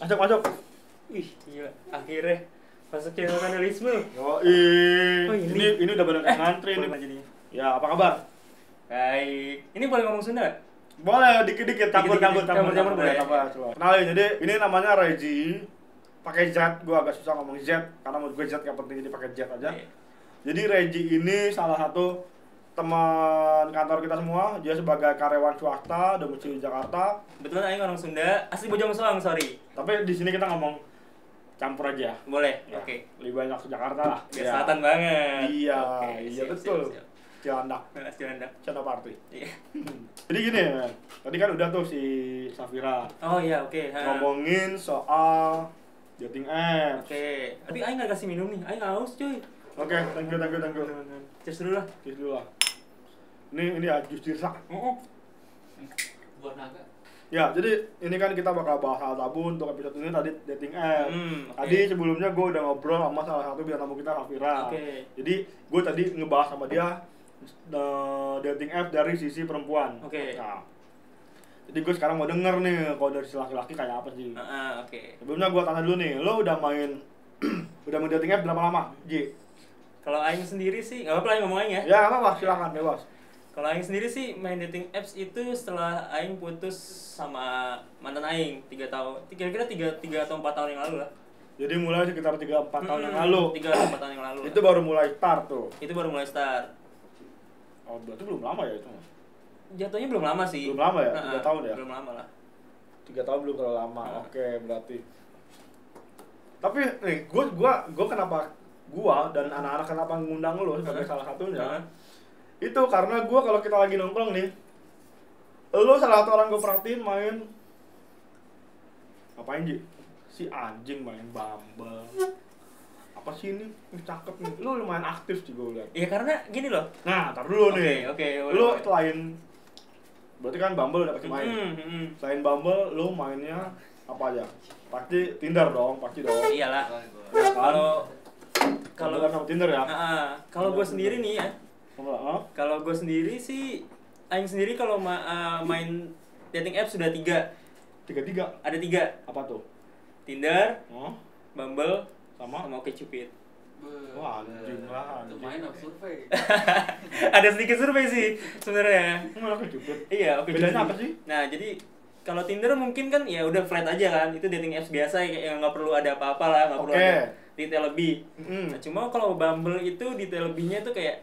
masuk masuk ih gila akhirnya masuk ke kanalisme Yo, Oh, ini. ini. ini ini udah pada kayak ngantri ini. boleh aja nih Ya, apa kabar? baik ini boleh ngomong Sunda nggak? Ya. Boleh dikit-dikit campur Dikit-dikit, campur campur, campur, boleh. campur, coba. Kenalin, jadi ini namanya Reji. Pakai Z, gua agak susah ngomong Z karena menurut gue Z gak penting jadi pakai Z aja. Iya. Jadi Reji ini salah satu teman kantor kita semua, dia sebagai karyawan swasta domisili Jakarta. kebetulan Aing orang Sunda asli Bojongsoang sorry Tapi di sini kita ngomong campur aja. boleh Ya, oke Lebih banyak ke Jakarta lah. Ya, selatan banget Iya, Oke, iya siap, betul. siap, siap. Cilandak, Nah, Ciranda. Cilandak Party. Iya. Jadi gini ya, tadi kan udah tuh si Safira oh iya oke ha. ngomongin soal dating apps. oke tapi Aing nggak kasih minum nih Aing haus cuy Nah, Oke, thank you, thank you, thank you. cheers dulu lah Cheers dulu lah. Ini ini ya jus dirsak. buat naga Ya, jadi ini kan kita bakal bahas hal tabu untuk episode ini tadi dating app. Hmm, oke. Tadi sebelumnya gue udah ngobrol sama salah satu bintang tamu kita Safira. Oke. Jadi gue tadi ngebahas sama dia eh, dating app dari sisi perempuan. Oke. Nah, jadi gue sekarang mau denger nih kalau dari si laki-laki kayak apa sih. Ah, ah, oke Sebelumnya gue tanya dulu nih, lo udah main udah main dating app berapa lama? Ji. kalau Aing sendiri sih nggak apa-apa Aing ngomong Aing ya Ya nggak apa-apa, silakan bebas. Kalau Aing sendiri sih main dating apps itu setelah Aing putus sama mantan Aing tiga tahun, tiga kira tiga tiga atau empat tahun yang lalu lah. Jadi mulai sekitar 3-4 tahun yang Mm-mm, lalu. Tiga atau empat tahun yang lalu. Itu baru mulai start tuh. itu baru mulai start. Oh, berarti belum lama ya itu. Jatuhnya belum lama sih. Belum lama ya? Nah, Tiga tahun ya? Belum lama lah. 3 tahun belum terlalu lama. Ah. Oke, berarti. Tapi nih, gue gua gua kenapa gua dan anak-anak kenapa ngundang lo sebagai Ah. salah satunya? Ah. Itu karena gua kalau kita lagi nongkrong nih, lo salah satu orang gue perhatiin main ngapain Ji? Si anjing main bumble. Apa sih ini? Ih, cakep nih. Lo lumayan aktif sih gue liat. Ya karena gini loh. Nah, tar dulu Oke, nih. oke, boleh, Lo boleh. selain berarti kan Bumble udah pasti main. Hmm, hmm, hmm. Selain Bumble, lo mainnya apa aja? Pasti Tinder dong, pasti dong. Iyalah. Gua- Ya kan? Kalau kalau Iya kalau sama Tinder ya. Ah, ah. kalau gue sendiri nih ya, Sama, ah? kalau gue sendiri sih Aing sendiri kalau ma- ah, main dating apps sudah tiga, Tiga-tiga ada tiga apa tuh? Tinder, Hah? Bumble, Sama? sama OkCupid. Be- Wah, anjing lah, Itu anjing. main apa survei? ada sedikit survei sih sebenarnya Ini malah kejepit. iya oke Bedanya jadi- apa sih? nah jadi kalau Tinder mungkin kan ya udah flat aja kan itu dating apps biasa ya, kayak yang nggak perlu ada apa-apa lah nggak perlu Oke. ada detail lebih Mm. nah, cuma kalau Bumble itu detail lebihnya tuh kayak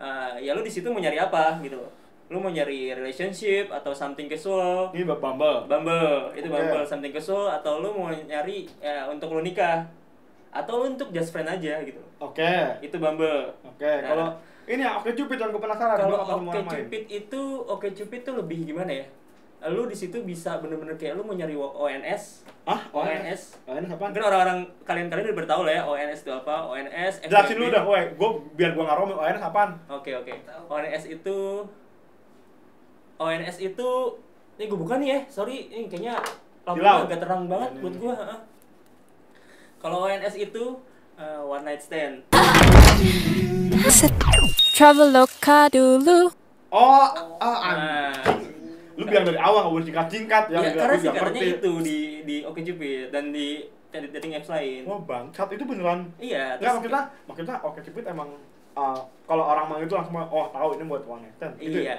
eh, ya lu di situ mau nyari apa gitu loh lu mau nyari relationship atau something casual Ini bab Bumble. Bumble itu Oke. Bumble something casual atau lu mau nyari eh, untuk lu nikah atau untuk just friend aja gitu loh. Oke. itu Bumble Oke, kalau ini ya oke cupid yang gue penasaran kalau gua nggak tahu semua Oke orang main. Cupid itu Oke Cupid tuh lebih gimana ya? Lu di situ bisa bener-bener kayak lu mau nyari wo- ONS. Hah? ONS. ONS apaan? Mungkin orang-orang kalian-kalian udah tahu lah ya ONS itu apa? ONS. Jelasin FWB. dulu dah, woi, gue biar gue nggak romel ONS apaan? Oke oke. ONS itu ONS itu ini gue bukan nih ya, sorry ini kayaknya Hilang. lampunya agak terang banget Ini, buat ini. gue. heeh. Kalau ONS itu eh, one night stand. Traveloka dulu. Oh, ah, anjing. Nah, lu bilang dari awal nggak boleh singkat-singkat ya, Ya, bilang, karena lu bilang singkatannya ngerti. itu di di OkCupid dan di dating dating apps lain. Wah bangsat itu beneran. Iya, Enggak maksudnya, maksudnya oke cupid emang uh, kalau orang mang itu langsung oh tahu ini buat one night stand. Gitu ya? Iya.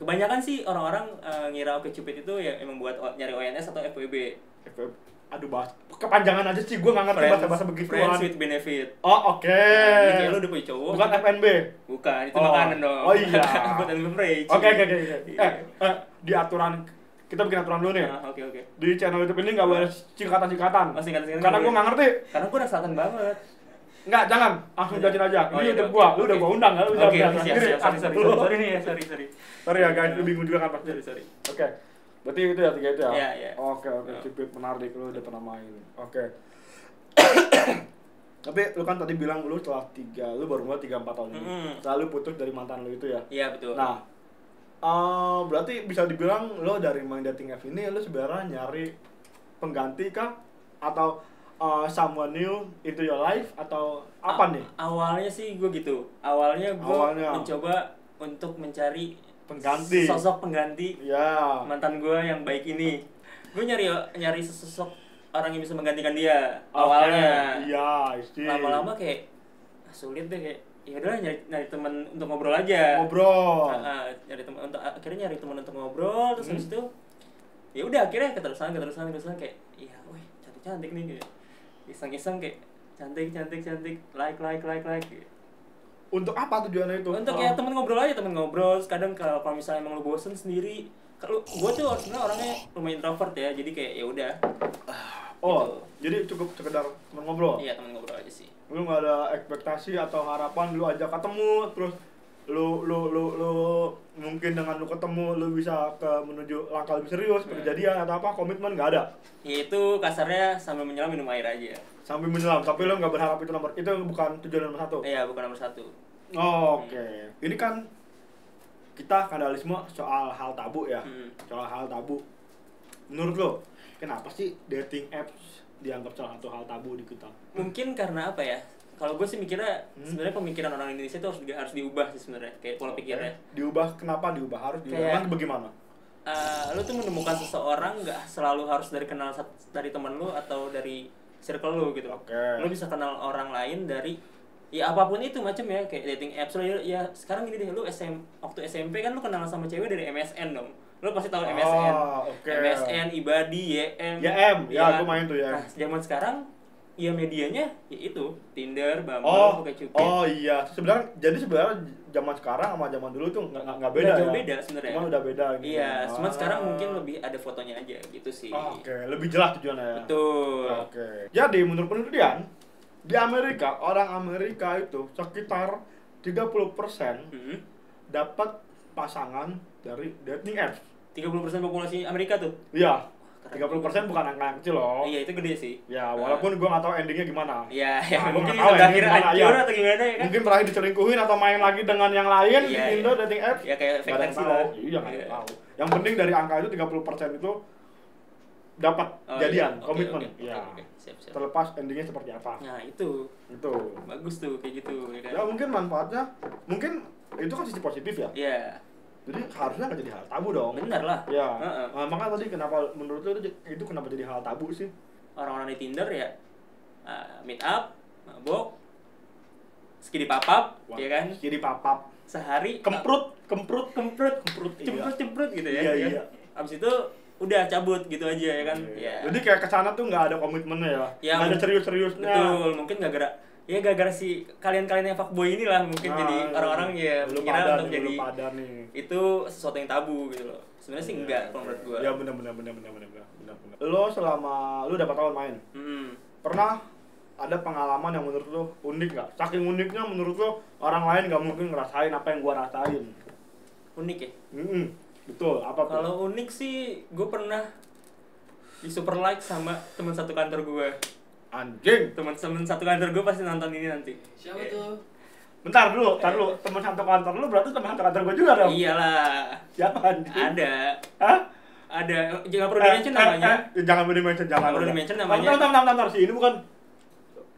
Kebanyakan sih orang-orang eh, ngira OkCupid itu ya emang buat o- nyari ONS atau FWB. Oke, Aduh bahas kepanjangan aja sih, gue nggak ngerti Friends- bahasa-bahasa begituan. Friends with benefit. Oh oke. Nah, jadi kayak lu udah punya cowok. Bukan FNB. Bukan, itu Oh. makanan dong. Oh, iya. Buat and beverage. Oke oke oke. oke. Iya. Eh, eh, di aturan kita bikin aturan dulu nih. ya. Ah, Oke oke. Di channel YouTube ini nggak boleh singkatan-singkatan. Oh, singkatan-singkatan Karena nggak gue nggak ngerti. Karena gue rasakan banget. Enggak, jangan. Langsung Iya. jelasin Ah, aja. Oh, Ini iya, YouTube oke, gua, lu udah oke. gua undang, lu udah Oke, bilang oke, siap, sendiri. siap. Sorry, sorry, Ah, sorry, sorry nih ya, sorry, sorry. Sorry ya guys, lu bingung juga kan pasti. Sorry, sorry. Oke. Berarti itu ya tiga itu ya. Iya, iya. Oke, oke. Iya. Cipit menarik lu udah pernah main. Oke. Tapi lu kan tadi bilang lu telah tiga, lu baru mulai tiga empat tahun ini. Mm-mm. Lalu putus dari mantan lu itu ya. Iya, betul. Nah, eh, berarti bisa dibilang lo dari main dating app ini lo sebenarnya nyari pengganti kah atau eh, someone new into your life atau apa A- nih? Awalnya sih gue gitu. Awalnya gue Awalnya. mencoba untuk mencari Pengganti. sosok pengganti Ya. mantan gue yang baik ini. Gue nyari nyari sosok orang yang bisa menggantikan dia Oke, awalnya Iya, I see. lama-lama kayak ah, sulit deh kayak ya udah nyari, nyari teman untuk ngobrol aja ngobrol. Ah, ah, nyari teman untuk akhirnya nyari teman untuk ngobrol terus habis itu ya udah akhirnya keterusan keterusan keterusan kayak iya wih cantik cantik nih kayak iseng-iseng kayak cantik cantik cantik like like like like Untuk apa tujuannya itu? Oh, untuk ya temen ngobrol aja temen ngobrol Terus kadang kalau kalau misalnya emang lu bosen sendiri kalau gua tuh sebenarnya orangnya lumayan introvert ya jadi kayak ya udah gitu. Oh, jadi cukup sekedar teman ngobrol. iya temen ngobrol aja sih Lu nggak ada ekspektasi atau harapan lu ajak ketemu terus lu lu lu lu mungkin dengan lu ketemu lu bisa ke menuju langkah lebih Iya. serius, kejadian atau apa komitmen nggak ada. ya itu kasarnya sambil menyelam minum air aja Sambil menyelam, tapi lu nggak berharap itu nomor itu bukan tujuan nomor satu. iya bukan nomor satu Oh, Oke, Hmm. ini kan kita kanalisme soal hal tabu ya, Hmm. soal hal tabu. Menurut lo, kenapa sih dating apps dianggap salah satu hal tabu di kita? mungkin karena apa ya kalau gue sih mikirnya Hmm. sebenarnya pemikiran orang Indonesia itu harus di- harus diubah sih sebenarnya kayak pola pikirnya Eh, Iya. Diubah kenapa diubah harus diubah? Kayak- Emang bagaimana? Eh, lu tuh menemukan seseorang nggak selalu harus dari kenal sat- dari teman lu atau dari circle lu gitu Oke. lu bisa kenal orang lain dari ya apapun itu macam ya kayak dating apps lu ya, ya sekarang gini deh lu SM waktu SMP kan lu kenal sama cewek dari MSN dong lu pasti tahu Ah, MSN oke. MSN Ibadi YM YM, ya, Iya. gua main tuh YM. nah zaman sekarang ya medianya ya itu Tinder Bumble Oh, Oke Cupid oh iya. Sebenarnya jadi sebenarnya zaman sekarang sama zaman dulu tuh nggak nggak- nggak beda Nggak ya. jauh beda sebenarnya. Cuman udah beda. gitu. Iya, cuman Ah. sekarang mungkin lebih ada fotonya aja gitu sih. Ah, Oke, lebih jelas tujuannya. ya. Betul. Oke. Jadi menurut penelitian di Amerika orang Amerika itu sekitar 30% Hmm. dapat pasangan dari dating apps. 30% populasi Amerika tuh. Iya. Keren 30% bukan angka yang kecil loh. Iya, itu gede sih. Oh. Ya, walaupun gua nggak tahu endingnya gimana. Iya, ya, Nah, gua mungkin nggak tahu bisa ya, akhirnya gimana, hancur iya. atau gimana ya kan? Mungkin pernah diselingkuhin atau main lagi dengan yang lain Iya, di Tinder iya. dating apps. Ya, kayak Nggak ada yang efek sih tahu. lah. Iya, nggak ada yang Iya. tahu. Yang penting dari angka itu 30% itu dapat Oh, jadian, iya. Oke, komitmen. oke, oke, Iya. oke. Siap, siap. Terlepas endingnya seperti apa. Nah, itu Itu. bagus tuh kayak gitu ya kan. ya mungkin manfaatnya mungkin itu kan sisi positif ya Iya. jadi harusnya nggak jadi hal tabu dong Benar lah. ya Heeh. Nah, makanya tadi kenapa menurut lu itu, itu kenapa jadi hal tabu sih Orang-orang di Tinder ya ah, meet up, mabok, skidi papap, Wah, ya kan? jadi papap Sehari kemprut kemprut kemprut Kemprut, iya. cemprut cemprut gitu ya Iya, ya. iya. abis itu udah cabut gitu aja ya kan ya jadi kayak kesana tuh nggak ada komitmennya ya, Ya, nggak ada mungkin- serius-seriusnya betul mungkin gak gara ya gara-gara si kalian-kalian yang fuckboy inilah mungkin Nah, jadi orang-orang ya belum mengira ada untuk nih, jadi belum ada nih itu sesuatu yang tabu gitu loh sebenarnya sih enggak kalau menurut gua ya benar benar benar benar benar benar benar. lo selama lu udah berapa tahun main Mm-mm. pernah ada pengalaman yang menurut lo unik nggak? Saking uniknya menurut lo orang lain nggak mungkin ngerasain apa yang gua rasain. unik ya Mm-mm, betul. Apa tuh? kalau unik sih gua pernah di super like sama teman satu kantor gua Anjing. teman-teman satu kantor gua pasti nonton ini nanti Eh, Siapa tuh? Bentar dulu, bentar dulu. Teman satu kantor lo berarti teman satu kantor gua juga dong. iyalah Siapa anjing? Iya. ada Hah? ada jangan perlu Eh, di mention eh, namanya eh, jangan perlu di-mention, jangan. Nggak perlu udah. di-mention Bentar, namanya. Bentar, bentar, bentar, bentar. Si ini bukan.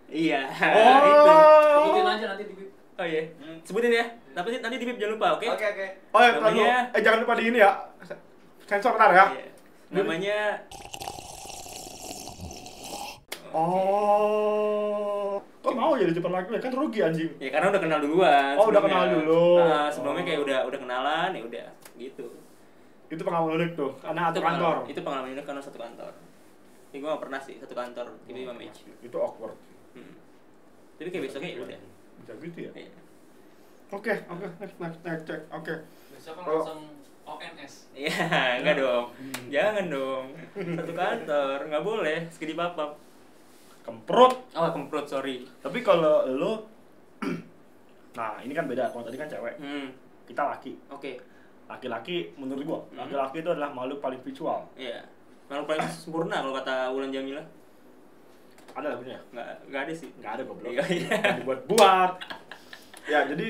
iya Oh. Sebutin aja nanti di bip. itu oh iya sebutin ya tapi nanti- nanti di bip jangan lupa oke Oke oke. Oh ya, bentar dulu. Namanya- Eh jangan lupa di ini ya. Sensor ntar ya. Iya. namanya Oh. Kok mau jadi cepat lagi? Kan rugi anjing. ya karena udah kenal duluan Oh, udah sebelumnya. kenal dulu. Ah, sebelumnya Oh. kayak udah udah kenalan ya udah gitu Itu pengalaman unik tuh. Karena satu Itu kantor. pengalaman- itu pengalaman unik karena satu kantor ini gue gak pernah sih satu kantor Oh, tiba-tiba match Itu awkward. Hmm. tapi kayak besoknya ya udah Bisa gitu ya. Iya. Oke, oke, next, next, next, check. Oke. Besok kan Kalau- langsung ONS. Iya, enggak dong. Jangan dong. Satu kantor, nggak boleh. Sekedi papap. Kemprut. Oh, kemprut, sorry. Tapi kalau lo Nah, ini kan beda. Kalau tadi kan cewek, Hmm, kita laki. oke. Laki-laki menurut gua, Hmm. laki-laki itu adalah makhluk paling visual. Iya. Malu paling sempurna kalau kata Wulan Jamila. Ada lagunya? Nggak, nggak ada sih. Enggak ada goblok. Iya, iya. Yang Dibuat-buat. ya, jadi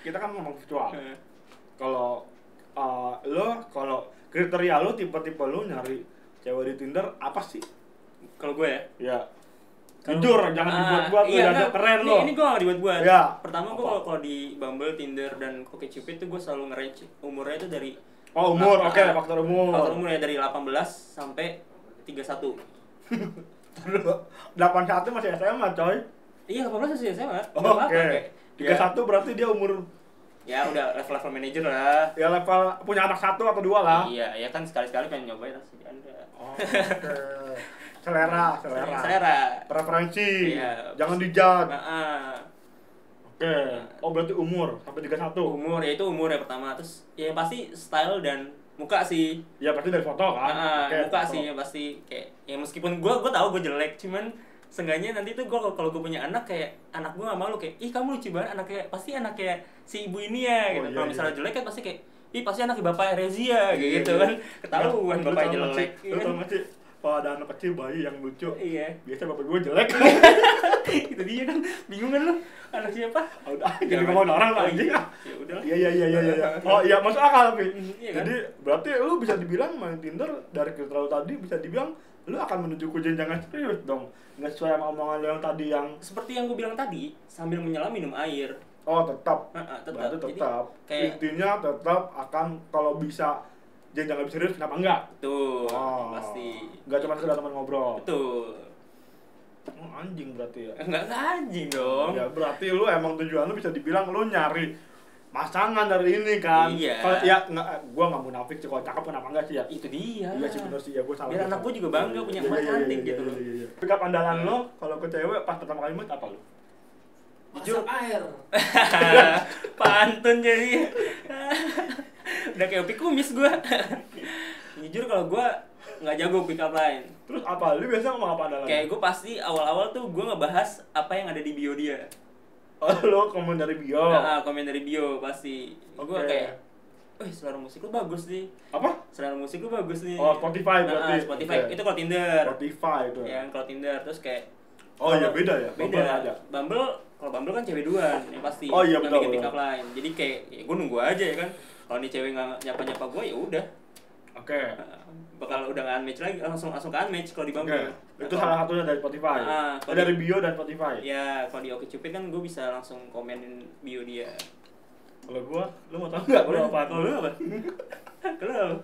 kita kan ngomong visual. Eh, Kalau eh, lo kalau kriteria lo tipe-tipe lo nyari cewek di Tinder apa sih? Kalau gue ya. Ya. kalau- Jujur, jangan Ah, dibuat-buat lo, iya, jangan nggak. keren Ini- lo. Ini gue nggak dibuat-buat. Iya. Pertama Apa? gue kalau kalau di Bumble, Tinder, dan OkCupid tuh gue selalu nge-range umurnya itu dari Oh, umur. Ah, Oke, ah. faktor umur. Faktor umur ya dari 18 sampai 31. delapan satu masih SMA coy Iya, 18 masih SMA. Nggak oke apa-apa, kayak, tiga ya, satu berarti dia umur ya udah level-level manajer lah. ya level punya anak satu atau dua lah Iya, ya kan sekali-sekali pengen nyobain rasanya Anda. Oh, oke. selera Ah, selera Selera. preferensi Iya. jangan dijat Nah, ah. oke oh berarti umur sampai tiga satu umur ya itu umur ya pertama terus ya yang pasti style dan muka sih ya berarti dari foto kan Ah, Oke, muka foto. sih yang pasti kayak ya meskipun gue gue tahu gue jelek cuman seenggaknya nanti tuh gue kalau gue punya anak kayak anak gue gak malu kayak ih kamu lucu banget anaknya pasti anaknya si ibu ini ya Oh, gitu iya, kalau iya. misalnya jelek kan pasti kayak ih pasti anaknya bapak Rezia Iya, gitu iya. kan ketahuan Lu bapak tau nggak jelek sih? lu tau gak sih kalau ada anak kecil bayi yang lucu iya biasa bapak gue jelek itu dia kan bingung kan lu anak siapa Ah, udah jadi ngomongin orang lah anjing ah. ya udah lah. Iya iya iya iya iya. Oh iya masuk akal tapi. Iya kan? Jadi berarti lu bisa dibilang main Tinder dari kita tahu tadi bisa dibilang lu akan menuju ke jenjang yang serius dong. Nggak sesuai sama omongan lu yang tadi yang seperti yang gue bilang tadi sambil menyelam minum air oh tetap. Ah, ah, tetap. Berarti Jadi, tetap. kayak- Intinya tetap akan kalau bisa jenjang lebih serius kenapa enggak? tuh Oh, pasti Nggak cuma sekedar teman ngobrol. betul Oh, anjing berarti ya. nggak nggak anjing dong Ya berarti lu emang tujuan lu bisa dibilang lu nyari pasangan dari ini kan. Iya. Kalau ya nggak, gua nggak munafik sih kalau cakep kenapa enggak sih ya. itu dia Iya sih bener sih ya gue salah. Iya, Biar anak gua juga bangga punya emak cantik gitu loh. Iya. Pick up andalan iya. lo kalau ke cewek pas pertama kali mut apa lo? Jujur. Masak air. pantun jadi udah kayak opik kumis gua jujur kalau gua nggak jago pick up line Terus apa? Lu biasanya ngomong apa andalan? kayak gua pasti awal-awal tuh gua ngebahas apa yang ada di bio dia Oh, lo komen dari bio. nah, ah, komen dari bio pasti Oh. gua Oke. kayak Wih, selera musik lu bagus nih. Apa? Selera musik lu bagus nih. Oh, Spotify Nah, ah, berarti. Spotify. Oke. Itu kalau Tinder. Spotify itu. ya? yang kalau Tinder terus kayak Oh, iya, kalau- beda ya? Iya. beda Bumble ada. Bumble kalau Bumble kan cewek duluan yang pasti Oh, iya, yang betul, bikin pick betul. up line jadi kayak ya gue nunggu aja ya kan kalau nih cewek nggak nyapa nyapa gue ya udah Oke. Nah, bakal udah nggak unmatch lagi langsung langsung ke unmatch kalau di Oke. Bumble Itu Atau- salah satunya dari Spotify. Ah, Oh, dari bio dan Spotify. ya kalau di OkCupid kan gue bisa langsung komenin bio dia Kalau gua, lu mau tau nggak? Gua Boleh. apa? Kalau lu apa? Kalau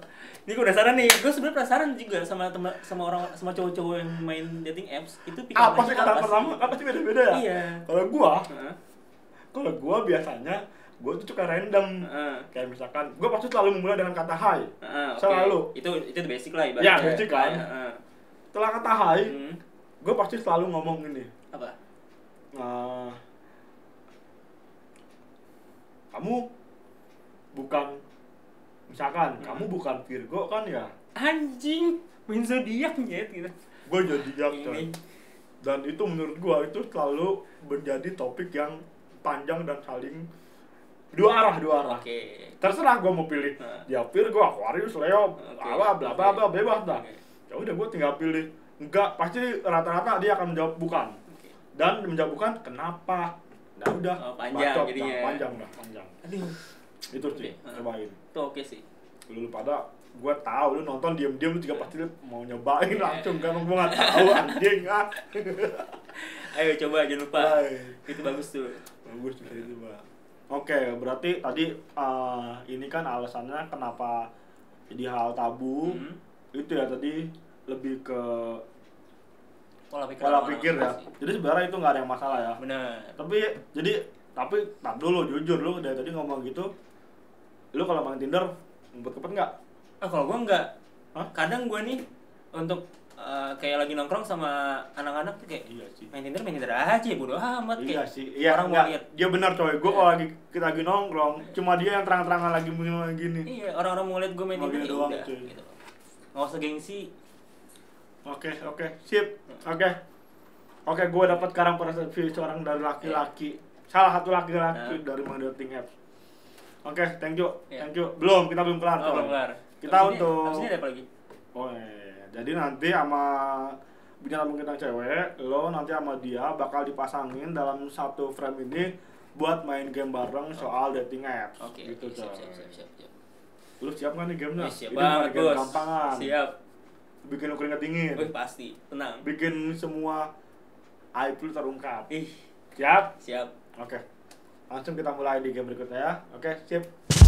ini gue penasaran nih, gue sebenarnya penasaran juga sama teman sama orang sama cowok-cowok yang main dating apps itu pick up Apa line sih kata pertama? Apa sih beda-beda ya? Iya. Kalau gua, Heeh. kalau gua biasanya gua tuh suka random. Heeh. Kayak misalkan, gua pasti selalu memulai dengan kata hi. Ah, oke. Selalu. Itu itu the basic lah Ya, ibaratnya. basic kan. Ah, ah, ah. Setelah kata hi, Hmm. gue pasti selalu ngomong gini Apa? "Ah, kamu bukan misalkan kamu bukan Virgo kan ya Anjing, main zodiak nyet gitu. gue jadi Ini. coy dan itu menurut gue itu selalu menjadi topik yang panjang dan saling dua arah dua arah Oke. terserah gue mau pilih Nah. dia Virgo Aquarius Leo Oke. apa bla bla bla Oke. bebas dah Oke. ya udah gue tinggal pilih enggak pasti rata-rata dia akan menjawab bukan Oke. dan menjawabkan kenapa nah udah Oh, panjang bacot, jadinya. nah, panjang dah panjang Aduh, itu sih Oke, heeh. cobain itu oke sih. lu, lu pada gue tahu lu nonton diem-diem lu juga pasti lu mau nyobain Iya. langsung kan gue nggak tahu anjing ah Ayo coba jangan lupa. Hai. Itu bagus tuh. bagus bisa gitu, coba oke berarti tadi eh, ini kan alasannya kenapa jadi hal tabu Mhm. itu ya tadi lebih ke Pola pikir. pola orang-orang pikir ya sih. jadi sebenarnya itu nggak ada yang masalah ya Benar. tapi jadi tapi tak dulu jujur lu dari tadi ngomong gitu lu kalau main Tinder ngumpet kepet nggak Ah, kalau gua enggak. Hah? Kadang gua nih untuk eh, kayak lagi nongkrong sama anak-anak tuh kayak iya sih main Tinder main Tinder aja bodo amat iya kayak. sih iya orang orang mau lihat. Iya. dia benar coy gue kalau lagi kita lagi nongkrong cuma dia yang terang-terangan lagi mulai gini Iya, orang-orang mau lihat gua main Mau gini Tinder ya doang, udah cuy. gitu. Nggak usah gengsi. oke oke sip oke oke gue dapat sekarang persepsi seorang dari laki-laki Iya. salah satu laki-laki Nah. dari main dating apps oke thank you Iya. thank you belum kita belum kelar Oh, coy. belum kelar. kita Abis ini- untuk abis ini ada apa lagi? Oh, iya, iya. jadi nanti sama bintang tamu kita yang cewek, lo nanti sama dia bakal dipasangin dalam satu frame ini buat main game bareng soal dating apps. Oh. Oke, gitu oke, siap, coy. siap, siap, siap, siap. Lu siap nggak nih gamenya? Eh, siap Ini bukan banget, game Bos. Gampangan. Siap. Bikin lu keringet dingin. Wih, pasti. Tenang. Bikin semua aib lu terungkap. Ih, Siap? siap. Oke. Langsung kita mulai di game berikutnya ya. Oke, sip.